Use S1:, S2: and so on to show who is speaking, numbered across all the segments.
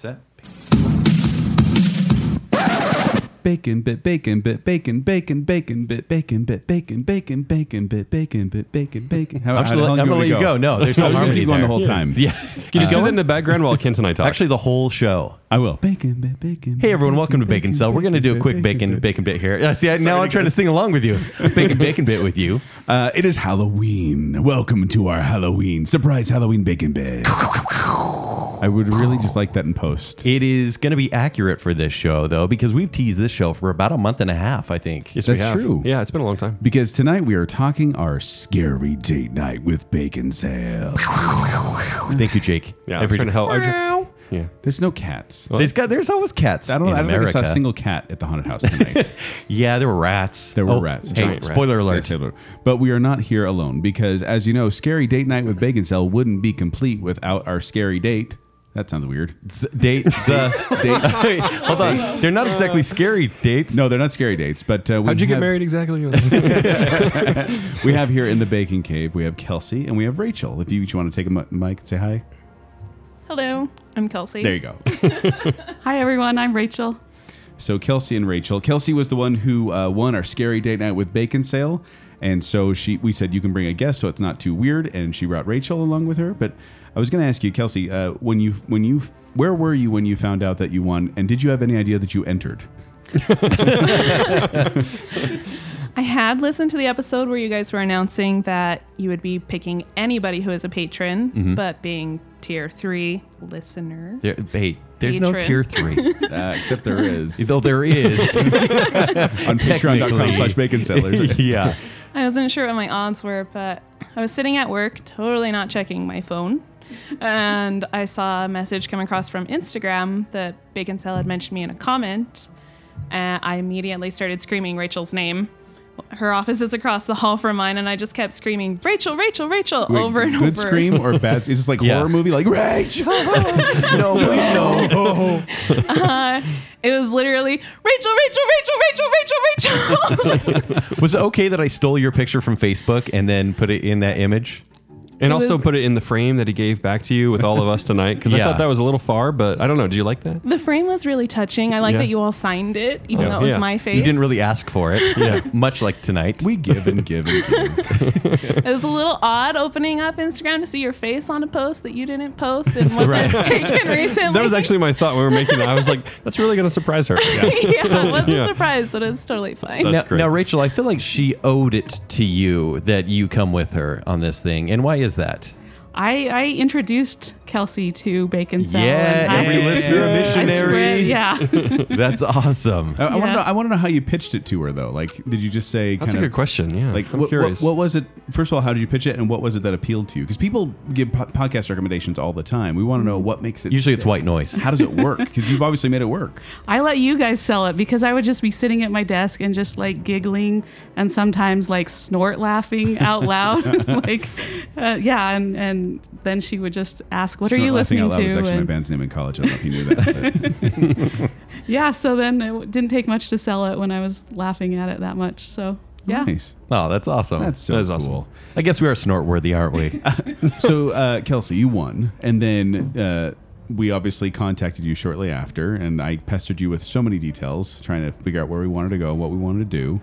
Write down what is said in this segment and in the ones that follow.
S1: Set. Bacon bit, bacon bit, bacon, bacon, bacon bit, bacon bit, bacon, bacon, bacon bit, bacon bit, bacon, bacon. How,
S2: I'm
S1: how
S2: just
S1: the
S2: gonna-
S1: hell
S2: I'm
S1: do
S2: gonna
S1: we
S2: let you go. No, there's no
S1: I was gonna
S2: harmony
S1: keep going the
S2: there.
S1: whole time.
S2: Yeah.
S3: Can you just do that in the background while Kent and I talk?
S2: Actually, the whole show.
S1: I will. Bacon bit, bacon.
S2: Hey everyone, welcome to Bacon Cell. We're gonna do a quick bacon bacon bit here. Uh, see, I, now I'm trying to sing along with you, bacon bacon bit with you.
S1: Uh, it is Halloween. Welcome to our Halloween surprise Halloween bacon bit. I would really just like that in post.
S2: It is gonna be accurate for this show though, because we've teased this show for about a month and a half, I think.
S3: yes, we
S1: That's
S3: have.
S1: true.
S3: Yeah, it's been a long time.
S1: Because tonight we are talking our scary date night with bacon sale.
S2: Thank you, Jake.
S3: Yeah,
S2: I
S3: I'm trying to
S2: appreciate.
S3: help. I'm tr- yeah,
S1: There's no cats.
S2: There's got there's always cats.
S1: I don't.
S2: in
S1: I don't think I
S2: America.
S1: saw a single cat at the haunted house tonight.
S2: Yeah, there were rats.
S1: There were
S2: Oh,
S1: rats.
S2: Hey,
S3: Giant
S2: spoiler alert.
S1: Taylor. But we are not here alone because, as you know, Scary Date Night with Bacon Cell wouldn't be complete without our scary date. That sounds weird.
S2: S- Dates. Uh,
S1: Dates.
S2: wait, hold on. They're not exactly scary dates.
S1: No, they're not scary dates, but uh, we
S3: How'd you get
S1: have-
S3: married exactly?
S1: We have here in the Bacon Cave, we have Kelsey and we have Rachel. If you each want to take a mi- mic and say hi,
S4: Hello, I'm Kelsey.
S1: there you go.
S5: Hi everyone, I'm Rachel.
S1: So Kelsey and Rachel. Kelsey was the one who uh, won our scary date night with bacon sale, and so she we said you can bring a guest, so it's not too weird, and she brought Rachel along with her. But I was going to ask you, Kelsey, uh, when you when you where were you when you found out that you won, and did you have any idea that you entered?
S4: I had listened to the episode where you guys were announcing that you would be picking anybody who is a patron,
S1: Mm-hmm.
S4: but being tier three listener.
S2: There, hey, there's no
S4: Patron.
S2: tier three,
S1: Uh, except there is
S2: though there is.
S1: on
S2: Technically.
S1: Patreon.com/slash Bacon Sellers.
S2: yeah.
S4: I wasn't sure what my odds were, but I was sitting at work, totally not checking my phone. And I saw a message come across from Instagram that Bacon Cell had mentioned me in a comment. And I immediately started screaming Rachel's name. Her office is across the hall from mine, and I just kept screaming, Rachel, Rachel, Rachel,
S1: Wait,
S4: over and
S1: good
S4: over.
S1: scream or bad? Is this like
S2: Yeah.
S1: horror movie? Like Rachel?
S2: No, please no.
S4: It was literally Rachel, Rachel, Rachel, Rachel, Rachel, Rachel.
S2: Was it okay that I stole your picture from Facebook and then put it in that image?
S3: and
S4: It
S3: also
S4: was-
S3: put it in the frame that he gave back to you with all of us tonight because
S2: Yeah.
S3: I thought that was a little far, but I don't know. Do you like that?
S4: the frame was really touching. I like
S3: Yeah.
S4: that you all signed it, even
S3: Yeah.
S4: though it was
S3: Yeah.
S4: my face.
S2: You didn't really ask for it.
S3: Yeah.
S2: Much like tonight.
S1: We give and give and give.
S4: It was a little odd opening up Instagram to see your face on a post that you didn't post and wasn't
S2: Right.
S4: taken recently.
S3: That was actually my thought when we were making it. I was like, that's really going to surprise her.
S4: yeah, I wasn't
S3: yeah.
S4: surprised, but it's totally fine.
S3: That's
S2: now,
S3: great.
S2: now, Rachel, I feel like she owed it to you that you come with her on this thing. And why is that?
S5: I, I introduced Kelsey to Bacon Cell.
S2: Yeah,
S5: and I-
S2: every listener a
S5: I spread-
S2: missionary.
S5: yeah.
S2: That's awesome.
S1: I, I want to
S5: Yeah.
S1: know. I want to know how you pitched it to her though. Like, did you just say
S3: That's a
S1: kind
S3: good
S1: of
S3: question. Yeah.
S1: Like,
S3: I'm
S1: what,
S3: curious.
S1: What, what was it? First of all, how did you pitch it, and what was it that appealed to you? Because people give po- podcast recommendations all the time. We want to
S5: Mm-hmm.
S1: know what makes it.
S2: Usually it's
S1: stick.
S2: white noise.
S1: How does it work? Because you've obviously made it work.
S5: I let you guys sell it because I would just be sitting at my desk and just like giggling and sometimes like snort laughing out loud. like, uh, yeah. And, and then she would just ask, What are you
S1: Snort Laughing
S5: listening
S1: out loud was
S5: to?
S1: actually my
S5: And-
S1: band's name in college. I don't know if you knew that. but-
S5: yeah. So then it w- didn't take much to sell it when I was laughing at it that much. So, yeah.
S1: Nice.
S2: Oh, that's awesome.
S1: That's so
S3: That is
S1: cool.
S3: awesome.
S2: I guess we are snort worthy, aren't we?
S1: so uh, Kelsey, you won, and then uh, we obviously contacted you shortly after, and I pestered you with so many details, trying to figure out where we wanted to go, what we wanted to do,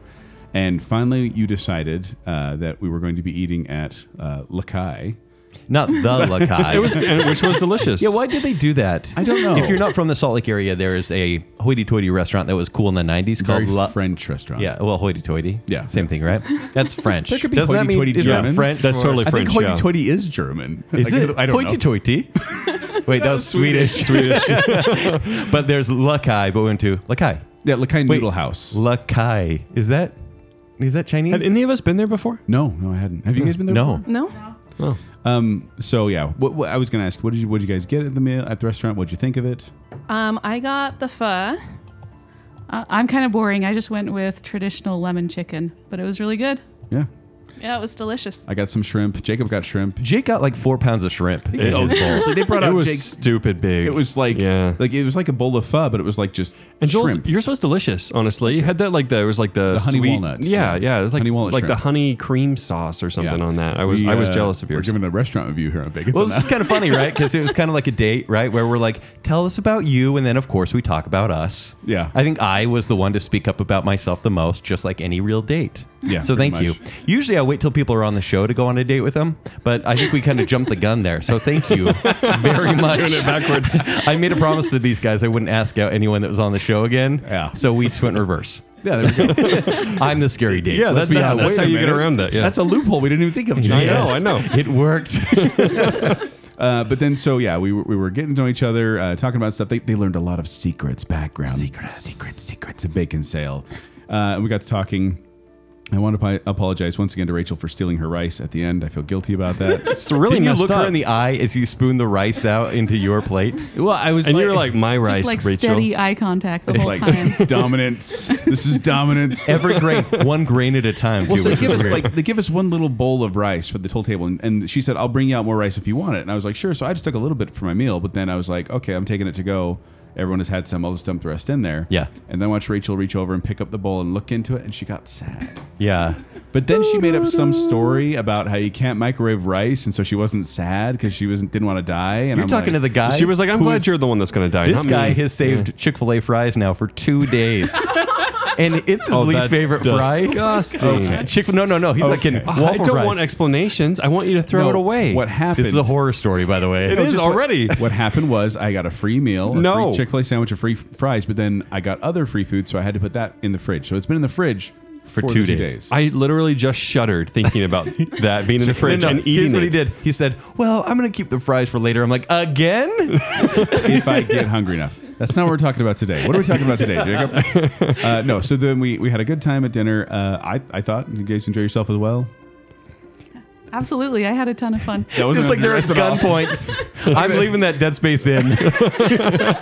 S1: and finally you decided uh, that we were going to be eating at uh, Lakai.
S2: Not the Lakai.
S3: it was, and- which was delicious.
S2: Yeah, why did they do that?
S1: I don't know.
S2: If you're not from the Salt Lake area, there is a hoity-toity restaurant that was cool in the '90s called
S1: Very
S2: La.
S1: French restaurant.
S2: yeah, well, hoity-toity.
S1: Yeah.
S2: same thing, right? That's French.
S1: There could be
S2: Doesn't that mean
S1: hoity-toity
S2: isn't that
S1: Germans.
S2: French?
S3: That's
S2: or-
S3: totally
S1: I think
S3: French, yeah.
S1: hoity-toity is German.
S2: Is
S1: Like,
S2: it?
S1: I don't know.
S2: Hoity-toity. Wait, that was Swedish. Swedish. but there's Lakai, but we went to Lakai.
S1: Yeah, Lakai
S2: Wait.
S1: Noodle House.
S2: Lakai. Is that is that Chinese?
S3: Had any of us been there before?
S1: No, no, I hadn't. Have you guys been there?
S2: no.
S1: before?
S4: no?
S1: Um. So yeah, what, what I was gonna ask, what did you what did you guys get at the meal at the restaurant? What'd you think of it?
S4: Um, I got the pho.
S5: Uh, I'm kind of boring. I just went with traditional lemon chicken, but it was really good.
S1: Yeah.
S4: Yeah, it was delicious.
S1: I got some shrimp. Jacob got shrimp. Oh,
S2: Jake got like four pounds of shrimp. Oh, in his
S3: It-
S2: bowl.
S1: seriously, they brought
S3: it
S1: out
S3: was
S1: Jake's-
S3: stupid big.
S1: It was like
S3: yeah.
S1: like it was like a bowl of pho, but it was like just
S3: and Joel's,
S1: shrimp.
S3: yours was delicious. Honestly, you had that like the it was like the,
S1: The honey
S3: sweet-
S1: walnut.
S3: Yeah,
S1: Yeah.
S3: yeah, it was like
S1: Honey walnut
S3: like the
S1: shrimp.
S3: honey cream sauce or something
S1: Yeah.
S3: on that. I was
S1: We,
S3: I was
S1: uh,
S3: jealous of
S1: We're
S3: yours.
S1: giving a restaurant review here on Bacon.
S2: Well, it's just kind of funny, right? Because it was kind of like a date, right? Where we're like, tell us about you. And then, of course, we talk about us.
S1: Yeah.
S2: I think I was the one to speak up about myself the most, just like any real date.
S1: Yeah,
S2: So
S1: pretty
S2: thank
S1: much.
S2: you. Usually I wait till people are on the show to go on a date with them, but I think we kind of jumped the gun there. So thank you very much. backwards. I made a promise to these guys I wouldn't ask out anyone that was on the show again.
S1: Yeah.
S2: So we just went reverse.
S1: yeah, there we go.
S2: I'm the scary date.
S3: yeah,
S2: Let's
S3: that,
S2: be
S3: that's,
S2: honest.
S3: that's how
S1: wait a
S3: you get
S1: minute.
S3: around that. Yeah,
S1: That's a loophole we didn't even think of. Jake.
S3: I know, I know.
S2: It worked.
S1: Uh, but then, so yeah, we were, we were getting to know each other, uh, talking about stuff. They, they learned a lot of secrets, background, secrets, secrets, secrets of bacon sale. Uh, and we got to talking. I want to pi- apologize once again to Rachel for stealing her rice at the end. I feel guilty about that.
S3: it's really
S2: Didn't you
S3: messed
S2: look
S3: up.
S2: her in the eye as you spoon the rice out into your plate?
S1: well, I was,
S3: and you were like my rice,
S5: Just like
S3: Rachel.
S5: steady eye contact the
S1: it's
S5: whole time.
S1: like dominance. This is dominance.
S2: Every grain, one grain at a time.
S1: Well,
S2: too,
S1: so they
S2: which
S1: give
S2: was
S1: us
S2: weird.
S1: like they give us one little bowl of rice for the whole table, and, and she said, "I'll bring you out more rice if you want it." And I was like, "Sure." So I just took a little bit for my meal, but then I was like, "Okay, I'm taking it to go." Everyone has had some. I'll just dump the rest in there.
S2: Yeah.
S1: And then watch Rachel reach over and pick up the bowl and look into it, and she got sad.
S2: yeah.
S1: But then she made up some story about how you can't microwave rice, and so she wasn't sad because she wasn't didn't want to die. And
S2: You're
S1: I'm
S2: talking
S1: like,
S2: to the guy.
S3: She was like, "I'm
S2: who
S3: glad
S2: is-
S3: you're the one that's going to die."
S2: This
S3: not
S2: guy
S3: me."
S2: has saved Chick Fil A fries now for two days, and it's his
S3: Oh,
S2: least
S3: that's
S2: favorite fry.
S3: Disgusting.
S1: Okay.
S2: Chick Fil No, no, no. He's like in
S1: Okay.
S2: waffle
S3: I don't
S2: fries.
S3: want explanations. I want you to throw
S1: No,
S3: it away.
S1: What happened?
S2: This is a horror story, by the way.
S3: It is
S1: just what-
S3: already.
S1: What happened was I got a free meal, a
S3: No.
S1: free Chick-fil-A sandwich, a free f- fries, but then I got other free food, so I had to put that in the fridge. So it's been in the fridge for,
S2: two
S1: the
S2: days.
S3: I literally just shuddered thinking about that being in the fridge
S2: No, no,
S3: and eating
S2: here's what he
S3: it.
S2: did. He said, "Well, I'm gonna keep the fries for later." I'm like, "Again?
S1: if I get hungry enough. That's not what we're talking about today. What are we talking about today, Jacob? Uh, no. So then we, we had a good time at dinner. Uh, I, I thought you guys enjoy yourself as well.
S5: Absolutely. I had a ton of fun.
S1: That
S2: Just like they're at
S1: at all.
S2: gunpoint. I'm leaving that dead space in."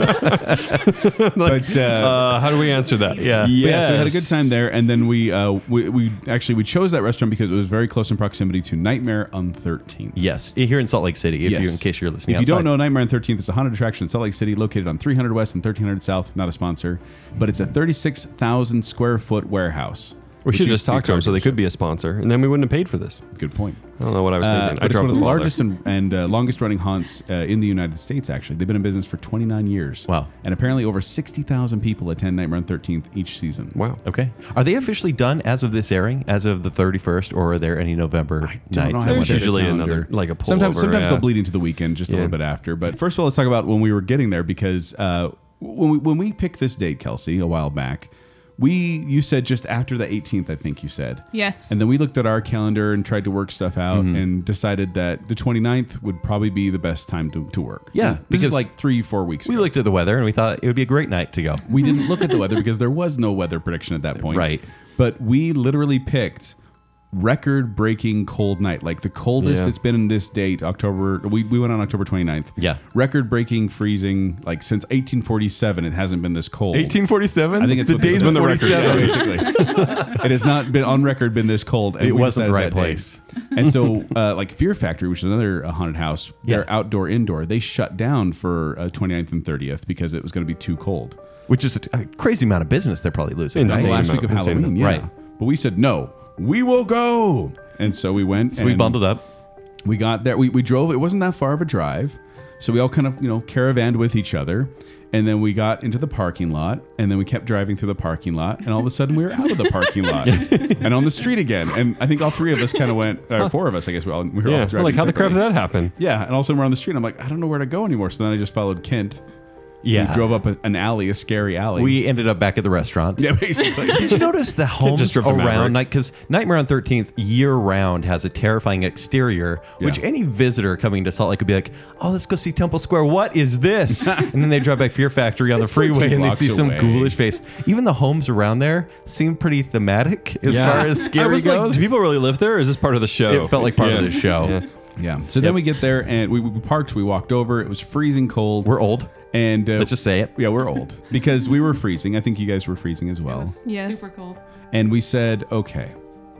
S1: But, uh,
S3: Uh, how do we answer that?
S2: Yeah.
S1: But Yeah, so we had a good time there, and then we, uh, we we actually we chose that restaurant because it was very close in proximity to Nightmare on Thirteenth.
S2: Yes, here in Salt Lake City. If
S1: Yes.
S2: you, in case you're listening,
S1: If you don't
S2: outside.
S1: know, Nightmare on 13th is a haunted attraction in Salt Lake City located on 300 West and 1300 South. Not a sponsor, but it's a 36,000 square foot warehouse.
S3: We
S1: which
S3: should
S1: used
S3: just talk
S1: be
S3: to them so they could be a sponsor, and then we wouldn't have paid for this.
S1: garbage. Good point.
S3: I don't know what I was
S1: Uh,
S3: thinking.
S1: but
S3: I
S1: it's one
S3: dropped
S1: of the
S3: ball there.
S1: largest and, and uh, longest running haunts uh, in the United States, actually. They've been in business for 29 years.
S2: Wow.
S1: And apparently over 60,000 people attend Nightmare on 13th each season.
S3: Wow.
S2: Okay. Are they officially done as of this airing, as of the 31st, or are there any November
S1: don't know
S2: nights?
S1: how
S2: that
S1: much
S2: we
S1: of
S2: should-
S1: the
S3: usually
S1: calendar-
S3: another- like a
S1: Sometimes,
S3: pullover,
S1: sometimes
S3: yeah.
S1: they'll bleed into the weekend just a
S3: Yeah.
S1: little bit after. But first of all, let's talk about when we were getting there because uh, when we when we picked this date, Kelsey, a while back, we you said just after the 18th, I think you said.
S4: Yes.
S1: And then we looked at our calendar and tried to work stuff out
S3: Mm-hmm.
S1: and decided that the 29th would probably be the best time to, to work.
S2: Yeah,
S1: This
S2: because
S1: is like three, four weeks
S2: we
S1: ago.
S2: looked at the weather and we thought it would be a great night to go.
S1: We didn't look at the weather because there was no weather prediction at that point.
S2: Right.
S1: But we literally picked record breaking cold night, like the coldest
S3: Yeah.
S1: it's been in this date, October. We, we went on October 29th.
S2: Yeah.
S1: Record breaking freezing, like since 1847, it hasn't been this cold.
S2: 1847?
S1: I think it's
S2: the
S1: what they-
S2: days
S1: that's
S2: when
S1: when
S2: the
S1: the
S2: record
S1: record
S2: started.
S1: basically. it has not been on record been this cold. and
S2: It
S1: we
S2: wasn't the
S1: decided
S2: right
S1: that day.
S2: place.
S1: And so, uh, like Fear Factory, which is another uh, haunted house,
S2: Yeah.
S1: they're outdoor, indoor. They shut down for uh, 29th and 30th because it was going to be too cold.
S2: Which is a crazy amount of business they're probably losing.
S1: That was
S3: Insane
S1: the last
S3: amount-
S1: week of
S3: insane
S1: Halloween, yeah.
S2: amount.
S1: Right. But we said no. We will go. And so we went.
S2: So we
S1: and
S2: bundled up.
S1: We got there. We, we drove. It wasn't that far of a drive, so we all kind of you know caravaned with each other, and then we got into the parking lot, and then we kept driving through the parking lot, and all of a sudden we were out of the parking lot and on the street again. And I think all three of us kind of went, or four of us, I guess. We all we were all
S3: Yeah.
S1: driving.
S3: Like how the crap did
S1: separately.
S3: that happen?
S1: Yeah, and all of a sudden we're on the street. And I'm like, I don't know where to go anymore. So then I just followed Kent.
S2: Yeah.
S1: We drove up a- an alley, a scary alley.
S2: We ended up back at the restaurant.
S1: yeah, basically.
S2: Did you notice the homes
S3: drive the Maverick.
S2: around night? Because Nightmare on 13th year round has a terrifying exterior, which
S1: Yeah.
S2: any visitor coming to Salt Lake could be like, "Oh, let's go see Temple Square. What is this?" and then they drive by Fear Factory on the
S1: It's 13
S2: freeway and they see
S1: blocks
S2: some
S1: away.
S2: ghoulish face. Even the homes around there seem pretty thematic as
S3: Yeah.
S2: far as
S3: I
S2: scary
S3: was like,
S2: goes.
S3: do people really live there? Or is this part of the show?
S2: it felt like part of
S3: Yeah.
S2: the show.
S3: Yeah.
S1: Yeah. So then we get there and we, we parked. We walked over. It was freezing cold.
S2: We're old.
S1: and uh,
S2: Let's just say it.
S1: yeah, we're old because we were freezing. I think you guys were freezing as well.
S4: Yes.
S5: Super cool.
S1: And we said, okay,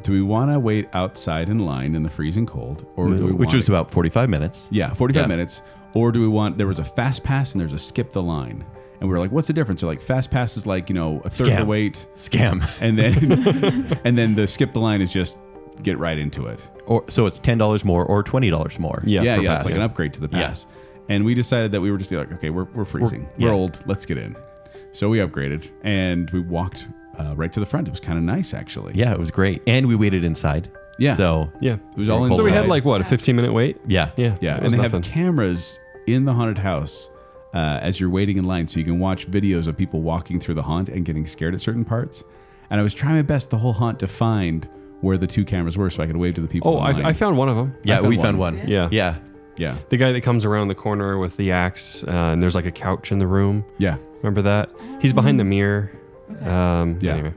S1: do we want to wait outside in line in the freezing cold, or do we
S2: which
S1: wanna-
S2: was about 45 minutes.
S1: yeah, forty five
S2: Yeah.
S1: minutes, or do we want there was a fast pass and there's a skip the line, and we are like, what's the difference? So like fast pass is like you know a third of the
S2: Scam.
S1: wait,
S2: Scam.
S1: and then and then the skip the line is just get right into it.
S2: Or so it's ten dollars more or twenty dollars more.
S3: Yeah.
S1: yeah,
S3: for
S1: yeah,
S2: pass.
S1: it's like an upgrade to the
S2: Yeah.
S1: pass. And we decided that we were just like, okay, we're, we're freezing, we're,
S2: yeah.
S1: old, let's get in. So we upgraded and we walked uh, right to the front. It was kind of nice actually.
S2: Yeah, it was great, and we waited inside.
S1: Yeah.
S2: So
S3: Yeah.
S1: it was all
S2: So
S1: inside.
S3: So we had like what a 15 minute wait.
S2: yeah,
S3: Yeah.
S1: yeah,
S3: it
S1: and
S3: was
S1: they
S3: nothing.
S1: have cameras in the haunted house. Uh, as you're waiting in line, so you can watch videos of people walking through the haunt and getting scared at certain parts. And I was trying my best the whole haunt to find where the two cameras were, so I could wave to the people.
S3: Oh,
S1: in line.
S3: I, I found one of them.
S2: yeah.
S1: found
S2: we
S1: one.
S2: found one.
S3: Yeah.
S2: Yeah.
S1: yeah,
S3: The guy that comes around the corner with the axe, uh, and there's like a couch in the room.
S1: yeah.
S3: Remember that? He's behind the mirror. Um,
S1: Yeah.
S3: Anyway.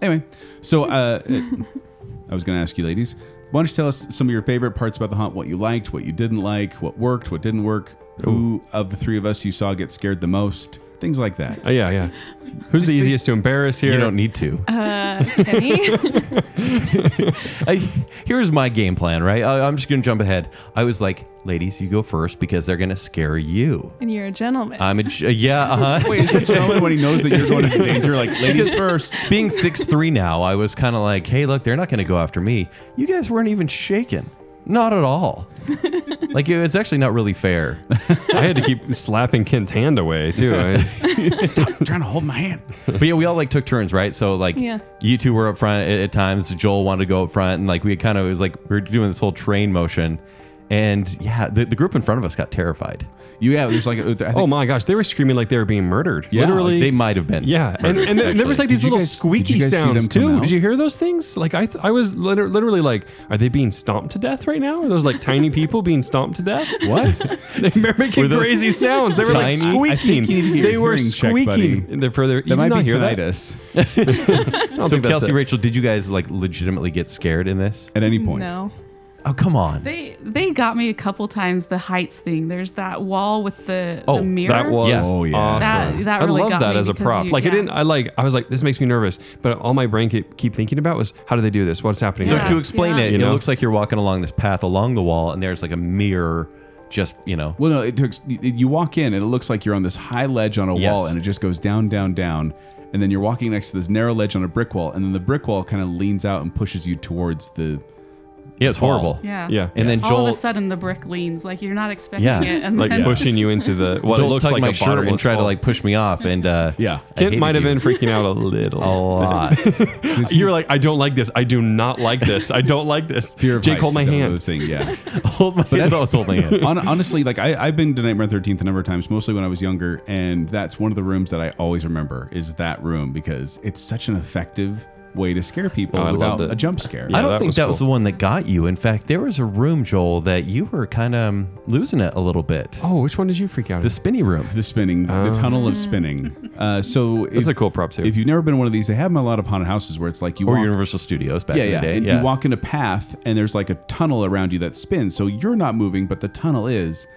S1: Anyway, so uh, I was going to ask you, ladies, why don't you tell us some of your favorite parts about the haunt? What you liked, what you didn't like, what worked, what didn't work. Who of the three of us you saw get scared the most? Things like that.
S3: Oh yeah, yeah. Who's the easiest to embarrass here?
S2: You don't need to.
S4: Uh, Kenny,
S2: I, here's my game plan. Right, I, I'm just gonna jump ahead. I was like, ladies, you go first because they're gonna scare you.
S4: and you're a gentleman.
S2: I'm a j- yeah. Uh huh.
S1: Wait, is the gentleman when he knows that you're going to danger, like ladies first?
S2: Being six three now, I was kind of like, hey, look, they're not gonna go after me. You guys weren't even shaken. Not at all. like it- it's actually not really fair.
S3: I had to keep slapping Kent's hand away too. I-
S1: I'm trying to hold my hand.
S2: But yeah, we all like took turns, right? So like,
S4: Yeah.
S2: you two were up front at, at times. Joel wanted to go up front, and like we kind of it was like we were doing this whole train motion, and yeah, the, the group in front of us got terrified.
S1: You, yeah, there's like, I think,
S3: oh my gosh, they were screaming like they were being murdered.
S1: Yeah,
S3: Literally.
S2: They might have been.
S3: yeah, and, and there- there was like
S1: Did
S3: these
S1: you
S3: little
S1: guys- did
S3: squeaky
S1: you guys see
S3: sounds
S1: them come
S3: too.
S1: out?
S3: Did you hear those things? Like I, th- I was liter- literally like, are they being stomped to death right now? Are those like tiny people being stomped to death?
S1: what?
S3: They were making
S2: Were those
S3: crazy sounds. They were like
S2: tiny? I
S3: squeaking.
S1: think you need to get
S3: They
S1: your
S3: were
S1: hearing checked, buddy.
S3: squeaking. They're further.
S1: That might be
S3: hear that.
S1: tinnitus
S3: I don't
S2: So
S3: think that's
S2: Kelsey,
S3: it.
S2: Rachel, did you guys like legitimately get scared in this?
S1: at any point.
S4: No.
S2: Oh come on.
S5: They they got me a couple times the heights thing. There's that wall with the,
S2: Oh,
S5: the mirror.
S3: That was
S2: Yeah.
S1: Oh, yeah.
S3: awesome.
S5: That- that really
S3: I love
S5: got
S3: that
S5: me
S3: as a
S5: because
S3: prop.
S5: you-
S3: like I
S5: yeah.
S3: didn't. I like. I was like, this makes me nervous. But all my brain keep, keep thinking about was how do they do this? What's happening?
S2: So
S5: Yeah.
S2: to explain
S5: Yeah.
S2: it,
S3: You
S2: it
S3: know?
S2: looks like you're walking along this path along the wall, and there's like a mirror, just you know.
S1: Well, no, it took, you walk in and it looks like you're on this high ledge on a
S2: Yes.
S1: wall and it just goes down, down, down. And then you're walking next to this narrow ledge on a brick wall. And then the brick wall kind of leans out and pushes you towards the.
S2: Yeah, it's
S1: Fall.
S2: horrible.
S5: Yeah.
S3: Yeah.
S2: And then
S5: All
S2: Joel,
S5: of a sudden the brick leans like you're not expecting
S2: Yeah.
S5: it. And
S3: Like
S5: then
S3: pushing you into the what
S2: Joel
S3: it looks
S2: tugged
S3: like
S2: my
S3: a
S2: shirt and
S3: bottomless
S2: tried to
S3: hole.
S2: like push me off, and uh,
S1: Yeah.
S2: I
S3: Kent
S2: hated
S3: might have
S2: you.
S3: been freaking out a little.
S2: a lot.
S3: You're like, I don't like this. I do not like this. I don't like this.
S1: Fear of
S3: Jake,
S1: heights
S3: hold my
S1: is another
S3: hand.
S1: Thing, yeah.
S2: hold my. That's always holding it.
S1: Hon- honestly, like I, I've been to Nightmare on Thirteenth a number of times, mostly when I was younger, and that's one of the rooms that I always remember is that room because it's such an effective way to scare people
S3: Oh, I
S1: without
S3: loved it.
S1: a jump scare.
S3: Yeah.
S2: I don't
S3: that
S2: think
S3: was
S2: that was the
S3: cool.
S2: one that got you. In fact, there was a room, Joel, that you were kind of um, losing it a little bit.
S3: Oh, which one did you freak out?
S2: The
S3: This
S2: spinny room.
S1: The spinning, the tunnel of spinning. Uh, so
S3: Oh. That's
S1: if-
S3: a cool prop, too.
S1: If you've never been to one of these, they have them in a lot of haunted houses where it's like you
S2: Or
S1: walk
S2: Universal Studios back
S1: yeah,
S2: in the
S1: yeah.
S2: day.
S1: And
S2: yeah.
S1: You walk in a path, and there's like a tunnel around you that spins. So you're not moving, but the tunnel is,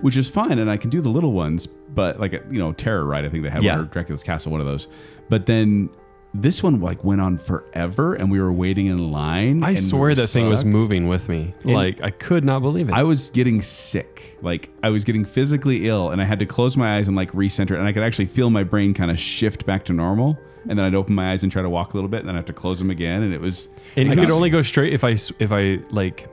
S1: which is fine. And I can do the little ones, but like you know, Terror Ride, I think they had
S2: Yeah.
S1: one, or Dracula's Castle, one of those. But then this one like went on forever, and we were waiting in line.
S3: I
S1: and we
S3: swear
S1: were
S3: that thing was
S1: stuck.
S3: moving with me. Like I could not believe it.
S1: I was getting sick. Like I was getting physically ill, and I had to close my eyes and like recenter, it, and I could actually feel my brain kind of shift back to normal. And then I'd open my eyes and try to walk a little bit, and then I have to close them again, and it was.
S3: And
S1: I
S3: it could
S1: got-
S3: only go straight if I s- if I like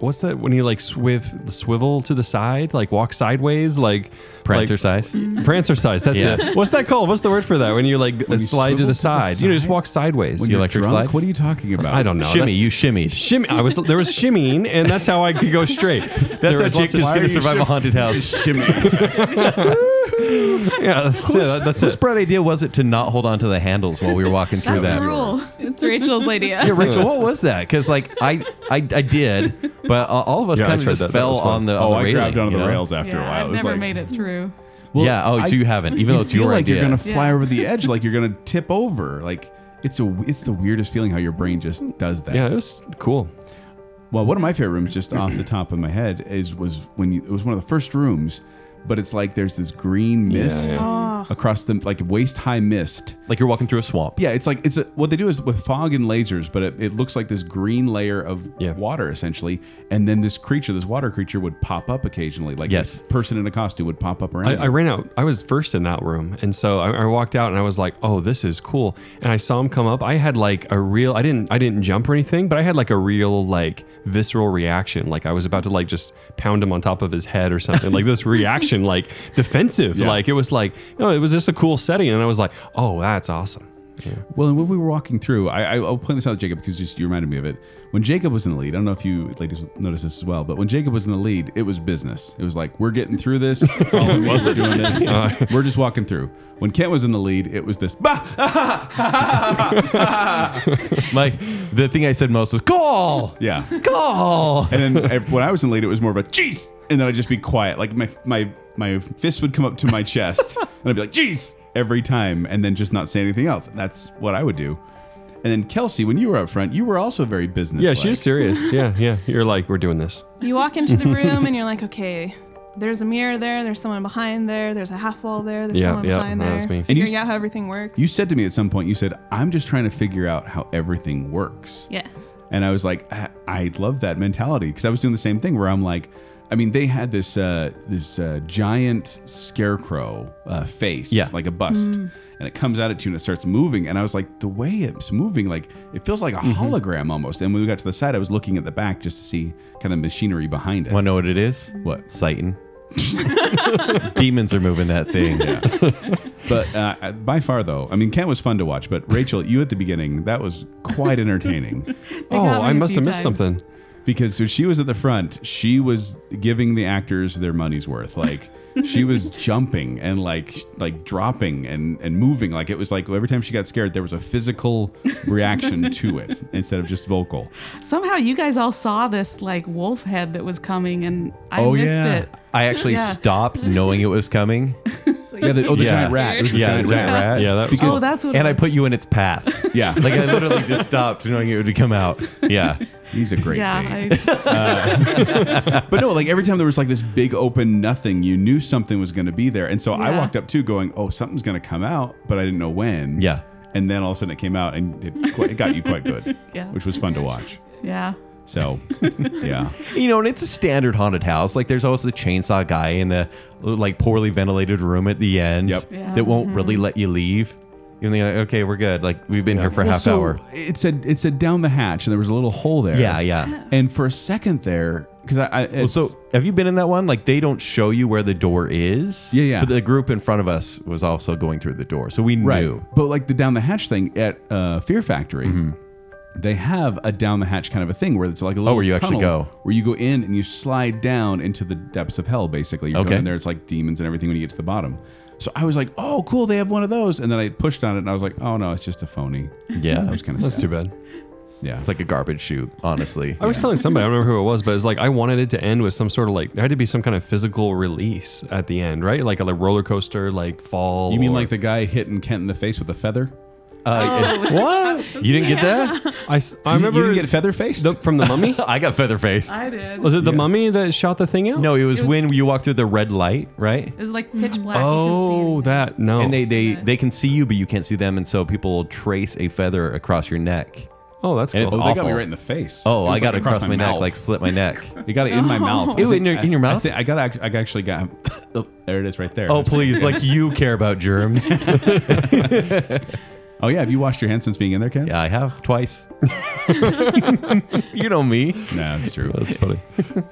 S3: what's that when you like swiv swivel to the side like walk sideways like
S2: Prancer
S3: like,
S2: size.
S3: prancer size that's it what's that called what's the word for that when you like
S1: you
S3: slide to
S1: swivel
S3: the
S1: to the
S3: side you know just
S1: side?
S3: walk sideways
S1: When
S2: The
S1: you're
S2: electric
S1: drunk?
S2: slide?
S1: What are you talking about?
S3: I don't know
S2: shimmy.
S3: That's-
S2: You shimmied.
S3: shimmy I was there was shimmying and that's how I could go straight
S2: That's how Jake is going to survive a haunted house.
S1: shimmy.
S3: yeah that's, it, that- that's
S2: Whose
S3: it
S2: bright idea was it to not hold on to the handles while we were walking through
S5: that's
S2: that?
S5: the rule.
S4: It's Rachel's idea.
S2: Yeah, Rachel, what was that? Because like I, I, I did, but uh, all of us
S3: Yeah, I
S2: kind of
S3: tried
S2: just
S3: that. That
S2: fell
S3: was fun.
S2: on the on
S1: Oh,
S2: the
S1: I
S2: railing,
S1: grabbed onto
S2: you
S1: the
S2: know?
S1: rails after a
S5: Yeah,
S1: while. It
S5: I've
S1: was
S5: never
S1: like-
S5: made it through.
S2: yeah. Oh,
S1: I-
S2: so you haven't, even
S1: You
S2: though it's your
S1: feel like
S2: idea.
S1: you're gonna fly
S5: Yeah.
S1: over the edge, like you're gonna tip over. Like it's a it's the weirdest feeling how your brain just does that.
S3: yeah it was cool
S1: Well, one of my favorite rooms, just off the top of my head, is was when you, it was one of the first rooms, but it's like there's this green mist,
S3: yeah.
S4: Wow.
S1: across the like waist high mist.
S2: Like you're walking through a swamp.
S1: Yeah, it's like it's a, what they do is with fog and lasers, but it, it looks like this green layer of
S2: Yeah.
S1: water essentially, and then this creature, this water creature, would pop up occasionally. Like
S2: Yes.
S1: this person in a costume would pop up around.
S3: I,
S1: you.
S3: I ran out. I was first in that room, and so I, I walked out, and I was like, "Oh, this is cool." And I saw him come up. I had like a real. I didn't. I didn't jump or anything, but I had like a real like visceral reaction. Like I was about to like just pound him on top of his head or something. like this reaction, like defensive.
S1: Yeah.
S3: Like it was like no, it was just a cool setting, and I was like, "Oh, that's awesome."
S1: Well, and when we were walking through, I, I, I'll point this out, Jacob, because just you reminded me of it. When Jacob was in the lead, I don't know if you ladies noticed this as well, but when Jacob was in the lead, it was business. It was like we're getting through this. Follow me, we're doing this. we're just walking through. When Kent was in the lead, it was this. Bah!
S2: Like the thing I said most was goal,
S1: Yeah.
S2: goal.
S1: And then ev- when I was in the lead, it was more of a jeez, and then I'd just be quiet. Like my my my fist would come up to my chest, and I'd be like jeez every time, and then just not say anything else. That's what I would do. And then Kelsey, when you were up front, you were also very business.
S3: Yeah, she was serious. yeah, yeah. You're like, we're doing this.
S4: You walk into the room and you're like, okay, there's a mirror there, there's someone behind there, there's a half wall there, there's
S3: Yeah,
S4: someone
S3: yeah,
S4: behind
S3: no,
S4: there.
S3: that's me. And
S1: you
S4: Figuring
S1: s-
S4: out how everything works.
S1: You said to me at some point, you said, I'm just trying to figure out how everything works.
S4: yes.
S1: And I was like, I, I love that mentality because I was doing the same thing where I'm like, I mean, they had this uh, this uh, giant scarecrow uh, face,
S2: Yeah.
S1: like a bust, and it comes out at you and it starts moving. And I was like, the way it's moving, like it feels like a hologram almost. And when we got to the side, I was looking at the back just to see kind of machinery behind it.
S2: Want to know what it is? What Satan? Demons are moving that thing.
S1: But uh, by far, though, I mean, Kent was fun to watch, but Rachel, you at the beginning, that was quite entertaining.
S3: Oh,
S5: got me
S3: I
S5: a
S3: must
S5: few
S3: have missed
S5: times.
S3: something.
S1: because when she was at the front, she was giving the actors their money's worth. Like she was jumping and like like dropping and and moving. Like it was like every time she got scared, there was a physical reaction to it instead of just vocal.
S5: Somehow you guys all saw this like wolf head that was coming, and I missed it.
S2: I actually
S5: Yeah.
S2: stopped knowing it was coming.
S1: Yeah, the, oh, the
S2: Yeah.
S1: giant rat. It was the
S2: Yeah,
S1: giant,
S2: the giant
S1: rat.
S2: rat.
S3: Yeah, that was
S1: Because-
S5: Oh, that's what.
S2: And
S5: it
S2: I
S5: was.
S2: put you in its path.
S1: Yeah,
S2: Like
S1: like
S2: I literally just stopped knowing it would come out. Yeah.
S1: he's a great
S5: yeah,
S1: date.
S5: I,
S1: But no, like every time there was like this big open nothing, you knew something was going to be there. And so I
S5: Yeah.
S1: walked up too, going, "Oh, something's going to come out," but I didn't know when.
S2: Yeah.
S1: And then all of a sudden it came out, and it, quite, it got you quite good,
S5: Yeah.
S1: which was fun to watch.
S5: yeah.
S1: So, yeah,
S2: You know, and it's a standard haunted house. Like there's always the chainsaw guy in the like poorly ventilated room at the end
S1: Yep.
S5: Yeah.
S2: that won't really let you leave. Even though you're like, okay, we're good. Like we've been here for a half
S1: so
S2: hour.
S1: It said it said down the hatch, and there was a little hole there.
S2: Yeah, yeah.
S1: And for a second there, because I, I
S2: Well, so have you been in that one? Like they don't show you where the door is.
S1: Yeah, yeah.
S2: But the group in front of us was also going through the door, so we
S1: right,
S2: knew.
S1: but like the down the hatch thing at uh, Fear Factory.
S2: Mm-hmm.
S1: They have a down the hatch kind of a thing where it's like a little
S2: Oh, where you actually
S1: tunnel
S2: go.
S1: where you go in and you slide down into the depths of hell. Basically, you're
S2: Okay.
S1: going in there. It's like demons and everything when you get to the bottom. So I was like, "Oh, cool! They have one of those." And then I pushed on it, and I was like, "Oh no, it's just a phony." I
S2: Yeah,
S1: was kind of
S3: That's
S1: sad.
S3: too bad.
S1: Yeah,
S2: it's like a garbage chute, honestly.
S3: I was telling somebody, I don't remember who it was, but it's like I wanted it to end with some sort of like there had to be some kind of physical release at the end, right? Like a like roller coaster, like fall.
S1: you mean
S3: or-
S1: like the guy hitting Kent in the face with a feather?
S5: Oh.
S2: Uh, what? You didn't get that?
S3: I, s- I
S1: You-
S3: remember
S1: you didn't get feather faced.
S3: the, from the mummy.
S2: I got feather faced.
S5: I did.
S3: Was it the mummy that shot the thing out?
S2: No, it was,
S5: It was-
S2: when you walked through the red light, right?
S5: It was like pitch black.
S3: Oh,
S5: you couldn't see anything.
S3: that no.
S2: And they they they can see you, but you can't see them, and so people will trace a feather across your neck.
S3: oh, that's
S2: and
S3: cool.
S1: Oh,
S2: it's
S1: they got me
S2: awful.
S1: right in the face.
S2: Oh,
S1: It was
S2: I
S1: like
S2: got it across, my, neck,
S1: mouth.
S2: like slit my neck.
S1: You got it in my mouth.
S2: Ew,
S1: I think-
S2: in your- in your
S1: I- I
S2: mouth?
S1: think- I got. act- I actually got. Oh, there it is, right there.
S2: Oh please, like you care about germs.
S1: Oh yeah. Have you washed your hands since being in there, Ken?
S2: Yeah, I have twice. you know me.
S1: No, that's true.
S3: that's funny.
S1: Yeah.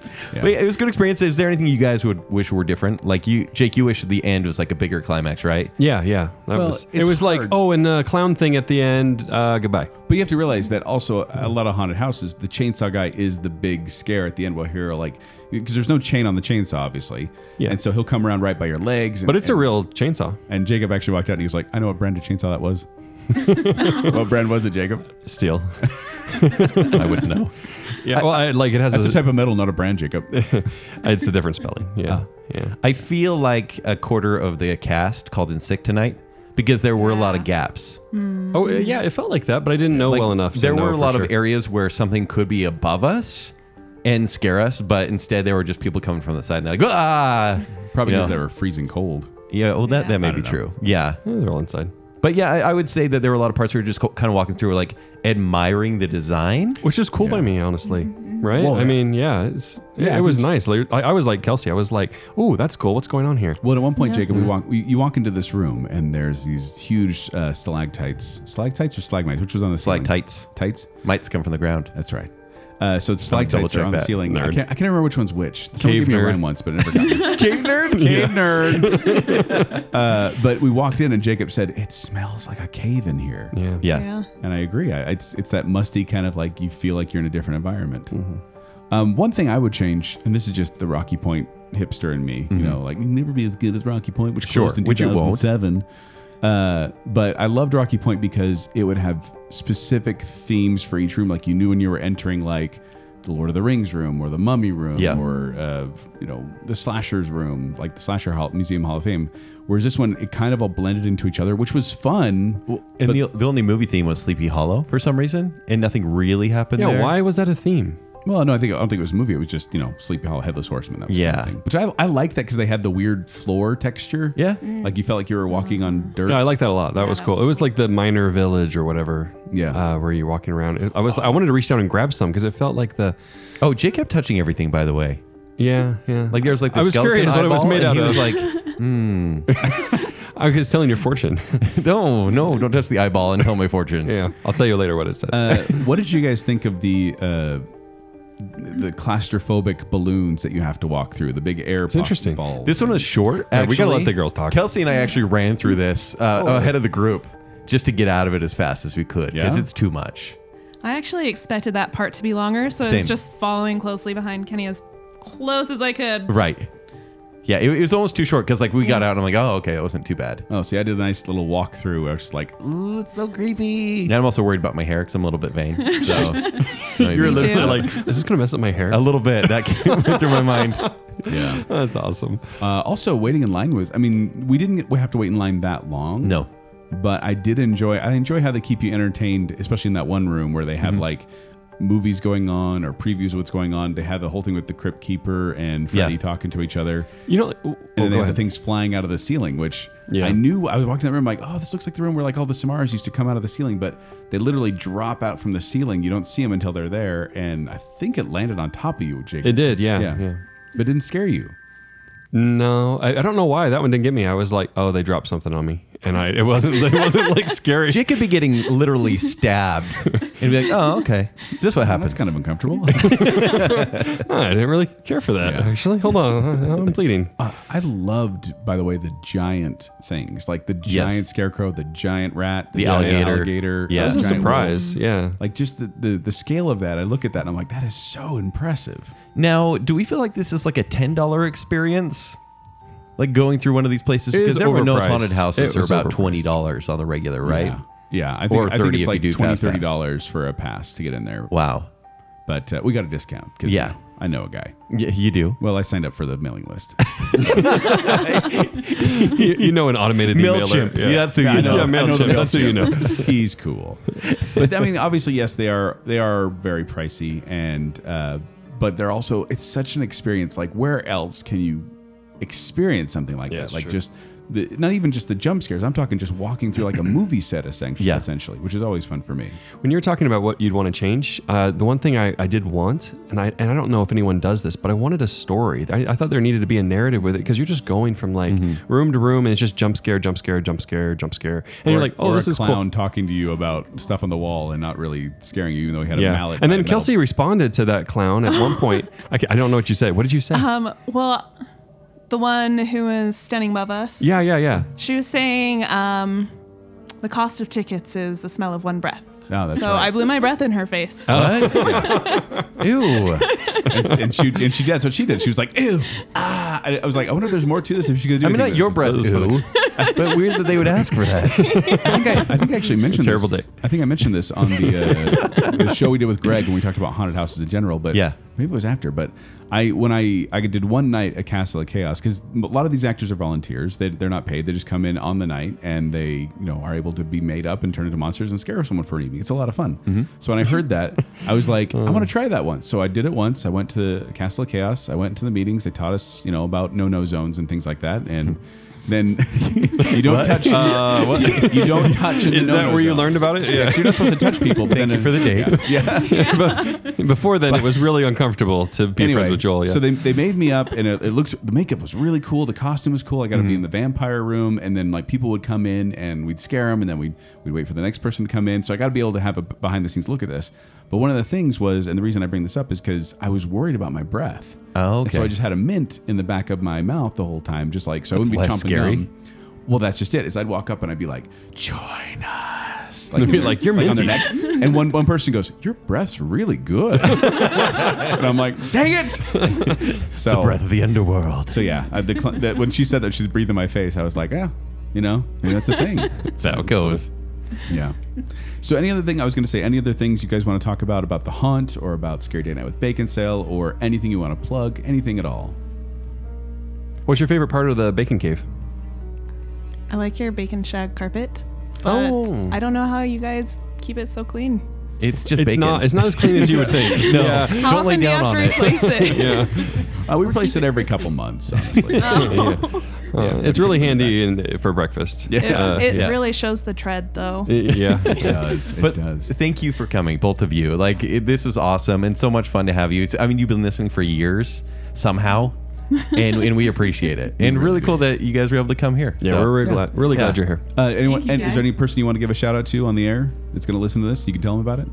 S2: But yeah, it was a good experience. Is there anything you guys would wish were different? Like you, Jake, you wish the end was like a bigger climax, right?
S3: Yeah, yeah. That
S1: Well,
S3: was it
S1: it's
S3: was like,
S1: hard.
S3: oh, and uh, clown thing at the end, uh, goodbye.
S1: But you have to realize that also a lot of haunted houses, the chainsaw guy is the big scare at the end. Well, here, like, because there's no chain on the chainsaw, obviously.
S3: Yeah.
S1: And so he'll come around right by your legs. And,
S3: But it's a
S1: and-
S3: real chainsaw.
S1: And Jacob actually walked out and he was like, "I know what brand of chainsaw that was." what brand was it, Jacob?
S3: Steel.
S2: I wouldn't know.
S3: Yeah. well, I, like it has
S1: That's
S3: a,
S1: a type of metal, not a brand, Jacob.
S3: it's a different spelling. Yeah. yeah.
S2: I feel like a quarter of the cast called in sick tonight because there were a lot of gaps.
S3: Oh, yeah. It felt like that, but I didn't know
S2: Like,
S3: well enough. To
S2: there
S3: know
S2: were a
S3: for
S2: lot
S3: sure.
S2: of areas where something could be above us and scare us, but instead there were just people coming from the side and they're like, ah.
S1: Probably
S2: You
S1: because
S2: know.
S1: they were freezing cold.
S2: Yeah, well, that,
S5: Yeah.
S2: that may
S1: I
S2: be
S1: don't know.
S2: true. Yeah.
S3: Yeah, they're all inside.
S2: But yeah, I, I would say that there were a lot of parts where you're just co- kind of walking through, like admiring the design.
S3: Which is cool by me, honestly. Right?
S1: Well,
S3: I
S1: yeah.
S3: mean, yeah, it's, yeah,
S1: Yeah, I
S3: it was nice. Like, I, I was like Kelsey. I was like, "Oh, that's cool. What's going on here?"
S1: Well, at one point, Jacob,
S3: Mm-hmm.
S1: we walk. We, you walk into this room, and there's these huge uh, stalactites, stalactites or stalagmites, which was on the
S3: Mm.
S1: ceiling?
S2: Stalactites
S1: Tights.
S2: mites come from the ground.
S1: That's right. Uh, so it's
S2: Someone
S1: stalactites
S2: double
S1: are
S2: check
S1: on the
S2: that,
S1: ceiling. I
S3: nerd.
S1: can't, I can't remember which one's which. Someone
S3: Cave
S1: gave me a
S3: nerd.
S1: rhyme once, but I never got it.
S2: Cave nerd.
S1: cave nerd. uh, but we walked in, and Jacob said, "It smells like a cave in here."
S3: Yeah.
S2: Yeah.
S4: Yeah.
S1: And I agree. I, it's it's that musty kind of like you feel like you're in a different environment.
S2: Mm-hmm.
S1: Um, one thing I would change, and this is just the Rocky Point hipster in me, you know, like you can never be as good as Rocky Point, which
S2: Mm-hmm. Sure,
S1: closed in
S2: which it won't.
S1: 2007. Uh, but I loved Rocky Point because it would have specific themes for each room. Like you knew when you were entering, like the Lord of the Rings room or the Mummy room
S2: Yeah.
S1: or uh, you know the Slashers room, like the Slasher Hall, Museum Hall of Fame. Whereas this one, it kind of all blended into each other, which was fun.
S2: And the, the only movie theme was Sleepy Hollow for some reason, and nothing really happened
S3: Yeah,
S2: there.
S3: why was that a theme?
S1: Well, no, I think I don't think it was a movie. It was just you know Sleepy Hollow, Headless Horseman. That was
S2: Yeah.
S1: kind of thing. which I I like that because they had the weird floor texture.
S2: Yeah.
S1: like you felt like you were walking on dirt.
S3: No, I like that a lot. That was
S5: that
S3: cool.
S5: was
S3: It was like the minor village or whatever.
S1: Yeah.
S3: uh, where you're walking around. It- I was I wanted to reach down and grab some because it felt like the
S2: Oh, Jake kept touching everything, by the way.
S3: yeah yeah
S2: Like there's like the
S3: I was
S2: skeleton
S3: curious what it was
S2: eyeball,
S3: made
S2: and
S3: out
S2: he
S3: of.
S2: was like,
S3: I was telling your fortune.
S2: no, no, don't touch the eyeball and tell my fortune.
S3: yeah, I'll tell you later what it said.
S1: Uh, what did you guys think of the uh, the claustrophobic balloons that you have to walk through? The big air. It's
S3: interesting.
S1: Balls.
S2: This one was short.
S3: Yeah,
S2: Actually.
S3: we gotta let the girls talk.
S2: Kelsey and I actually ran through this uh, ahead of the group just to get out of it as fast as we could because
S1: Yeah?
S2: it's too much.
S4: I actually expected that part to be longer, so I
S2: Same.
S4: was just following closely behind Kenny as close as I could.
S2: Right. Yeah, it, it was almost too short because like we got out and I'm like, oh, okay, it wasn't too bad.
S1: Oh, see, I did a nice little walkthrough. I was just like, ooh, it's so creepy.
S2: And I'm also worried about my hair because I'm a little bit vain. So
S3: you're literally
S4: too.
S3: like, is this gonna mess up my hair?
S2: a little bit that came through my mind.
S1: Yeah.
S3: That's awesome.
S1: Uh, also, waiting in line was. I mean, we didn't have to wait in line that long.
S2: No.
S1: but I did enjoy. I enjoy how they keep you entertained, especially in that one room where they have
S3: Mm-hmm.
S1: like movies going on or previews of what's going on. They have the whole thing with the Crypt Keeper and Freddy
S2: Yeah.
S1: talking to each other,
S3: You know, oh,
S1: and then they have
S3: go
S1: the
S3: ahead.
S1: things flying out of the ceiling. Which
S3: Yeah.
S1: I knew I was walking in that room like, oh, this looks like the room where like all the Samaras used to come out of the ceiling, but they literally drop out from the ceiling. You don't see them until they're there, and I think it landed on top of you, Jake.
S3: it did. Yeah,
S1: yeah,
S3: yeah.
S1: but didn't scare you.
S3: No, I, I don't know why that one didn't get me. I was like, oh, they dropped something on me, and I it wasn't it wasn't like scary.
S2: Jake could be getting literally stabbed and be like, oh, okay. Is this what happens?
S1: That's kind of uncomfortable.
S3: Huh, I didn't really care for that
S1: Yeah.
S3: actually. Hold on, I'm bleeding.
S1: Uh, I loved, by the way, the giant things like the
S2: Yes.
S1: giant scarecrow, the giant rat,
S2: The
S1: giant
S2: alligator.
S1: alligator,
S2: Yeah.
S1: uh,
S3: That was a
S1: giant
S3: surprise.
S1: wolf.
S3: Yeah.
S1: Like just the, the the scale of that. I look at that and I'm like, that is so impressive.
S2: Now, do we feel like this is like a ten dollar experience? Like going through one of these places
S3: It is
S2: because everyone knows
S3: overpriced.
S2: haunted houses
S3: It
S2: are
S3: was
S2: about
S3: overpriced.
S2: twenty dollars on the regular, right?
S1: Yeah. Yeah, I think,
S2: Or
S1: I think
S2: 30
S1: it's
S2: if you
S1: like
S2: do
S1: $20,
S2: fast pass.
S1: $30 for a pass to get in there.
S2: Wow.
S1: But uh, we got a discount. 'cause,
S2: Yeah.
S1: you know, I know a guy.
S2: Y- you do.
S1: Well, I signed up for the mailing list.
S3: you, you know an automated
S2: Mailchimp.
S3: emailer.
S2: Yeah, that's who you know.
S3: Yeah,
S1: I know the
S3: Mailchimp. That's who you know.
S1: He's cool. But I mean, obviously, yes, they are they are very pricey, and uh, but they're also it's such an experience. Like, where else can you experience something like
S3: Yeah,
S1: that? Like
S3: sure.
S1: just. The, not even just the jump scares. I'm talking just walking through like a movie set, essentially,
S2: Yeah.
S1: essentially, which is always fun for me.
S3: When you were talking about what you'd want to change, uh, the one thing I, I did want, and I and I don't know if anyone does this, but I wanted a story. I, I thought there needed to be a narrative with it because you're just going from like
S1: Mm-hmm.
S3: room to room, and it's just jump scare, jump scare, jump scare, jump scare, and
S1: or,
S3: you're like, oh,
S1: or
S3: this
S1: a
S3: is cool.
S1: clown talking to you about stuff on the wall and not really scaring you, even though he had a
S3: Yeah,
S1: mallet.
S3: and
S1: by
S3: then
S1: the middle.
S3: Kelsey responded to that clown at one point. I, ca- I don't know what you said. What did you say?
S4: Um, well, the one who was standing above us.
S3: yeah, yeah, yeah.
S4: She was saying um, the cost of tickets is the smell of one breath.
S1: Oh, that's
S4: so
S1: right.
S4: I blew my breath in her face.
S2: Oh. What? Ew.
S1: and, and she and she did. So she did. She was like, "Ew, ah!" I, I was like, "I wonder if there's more to this. If she could do."
S2: I mean,
S1: anything
S2: not
S1: with
S2: your
S1: this."
S2: breath,
S1: That was funny.
S2: ew. but weird that they would ask for that.
S1: I think I, I think I actually mentioned
S3: Terrible
S1: this.
S3: day.
S1: I think I mentioned this on the, uh, the show we did with Greg when we talked about haunted houses in general. But
S2: Yeah.
S1: maybe it was after. But I when I I did one night at Castle of Chaos because a lot of these actors are volunteers. They they're not paid. They just come in on the night and they you know are able to be made up and turn into monsters and scare someone for an evening. It's a lot of fun.
S3: Mm-hmm.
S1: So when I heard that, I was like, I
S3: Uh.
S1: want to try that once. So I did it once. I went
S3: Hmm.
S1: to Castle of Chaos. I went to the meetings. They taught us you know about no no zones and things like that and. then you don't touch. Uh, what? You don't touch. In
S3: Is
S1: the
S3: that
S1: no-no
S3: where you
S1: zone.
S3: learned about it?
S1: Yeah, 'cause you're not supposed to touch people. But
S2: Thank
S1: then
S2: you for the date.
S1: Yeah.
S3: Before then, it was really uncomfortable to be
S1: Anyway,
S3: friends with Joel. Yeah.
S1: So they, they made me up, and it, it looked the makeup was really cool. The costume was cool. I got
S3: Mm-hmm.
S1: to be in the vampire room, and then like people would come in and we'd scare them, and then we'd we'd wait for the next person to come in. So I got to be able to have a behind the scenes look at this. But one of the things was, and the reason I bring this up is because I was worried about my breath.
S2: Oh,
S1: And So
S2: okay.
S1: I just had a mint in the back of my mouth the whole time, just like so. I
S2: That's
S1: wouldn't be
S2: less
S1: chomping
S2: scary.
S1: gum. Well, that's just it. Is I'd walk up and I'd be like, "Join us!"
S3: They'd be like, "You're
S1: on their
S3: minty."
S1: neck. And one one person goes, "Your breath's really good," and I'm like, "Dang it!"
S2: It's
S1: So,
S2: the breath of the underworld.
S1: so yeah, I, the, cl- that when she said that she's breathing my face, I was like, "Yeah, you know, maybe that's the thing."
S2: That's how it goes.
S1: yeah. So any other thing I was going to say? Any other things you guys want to talk about about the haunt or about Scary Day Night with Bacon Sale or anything you want to plug? Anything at all?
S3: What's your favorite part of the bacon cave?
S4: I like your bacon shag carpet. but
S3: Oh.
S4: I don't know how you guys keep it so clean.
S2: It's just
S3: It's
S2: bacon.
S3: not. It's not as clean as you would think.
S2: no,
S4: How
S2: don't lay
S4: often do you
S2: down
S4: have
S2: on
S4: to
S2: it.
S4: replace it?
S3: Yeah.
S1: Uh, we replace it every couple months, honestly.
S3: Uh, it's really handy in, for breakfast.
S1: Yeah.
S4: It,
S3: Uh,
S4: it
S2: yeah.
S4: really shows the tread, though.
S3: yeah.
S1: It does. It
S2: But
S1: does.
S2: thank you for coming, both of you. Like it, this is awesome and so much fun to have you. It's, I mean, you've been listening for years somehow, and and we appreciate it. And really cool that you guys were able to come here.
S3: Yeah,
S2: So-
S3: we're really glad, really
S2: Yeah.
S3: glad you're here.
S1: Uh, anyone,
S5: Thank you,
S1: and is there any
S5: guys.
S1: person you want to give a shout out to on the air that's going to listen to this? You can tell them about it.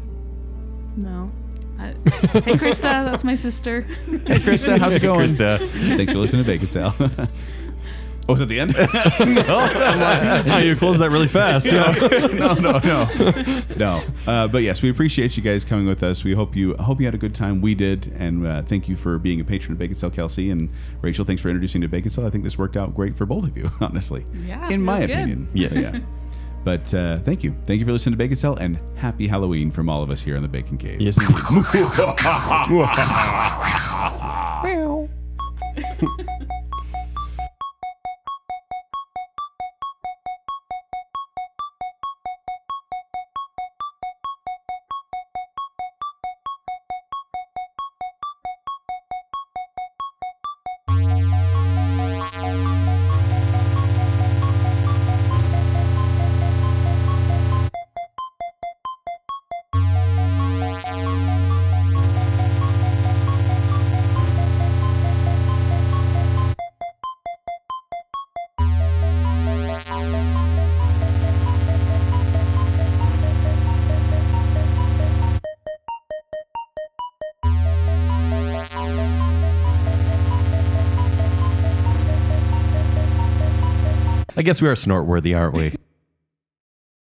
S4: No.
S5: I- hey, Krista, that's my sister.
S1: Hey, Krista, how's it going?
S2: Krista.
S1: Thanks for listening to Bacon Sale. oh, was at the end?
S3: oh, you closed that really fast. Yeah.
S1: no, no, no, no. Uh, but yes, we appreciate you guys coming with us. We hope you hope you had a good time. We did, and uh, thank you for being a patron of Bacon Cell, Kelsey and Rachel. Thanks for introducing to Bacon Cell. I think this worked out great for both of you, honestly.
S5: Yeah,
S1: in
S5: it
S1: my
S5: was good.
S1: opinion.
S2: Yes.
S1: Yeah. But uh, thank you, thank you for listening to Bacon Cell, and happy Halloween from all of us here in the Bacon Cave.
S3: Yes, indeed.
S2: I guess we are snort worthy, aren't we?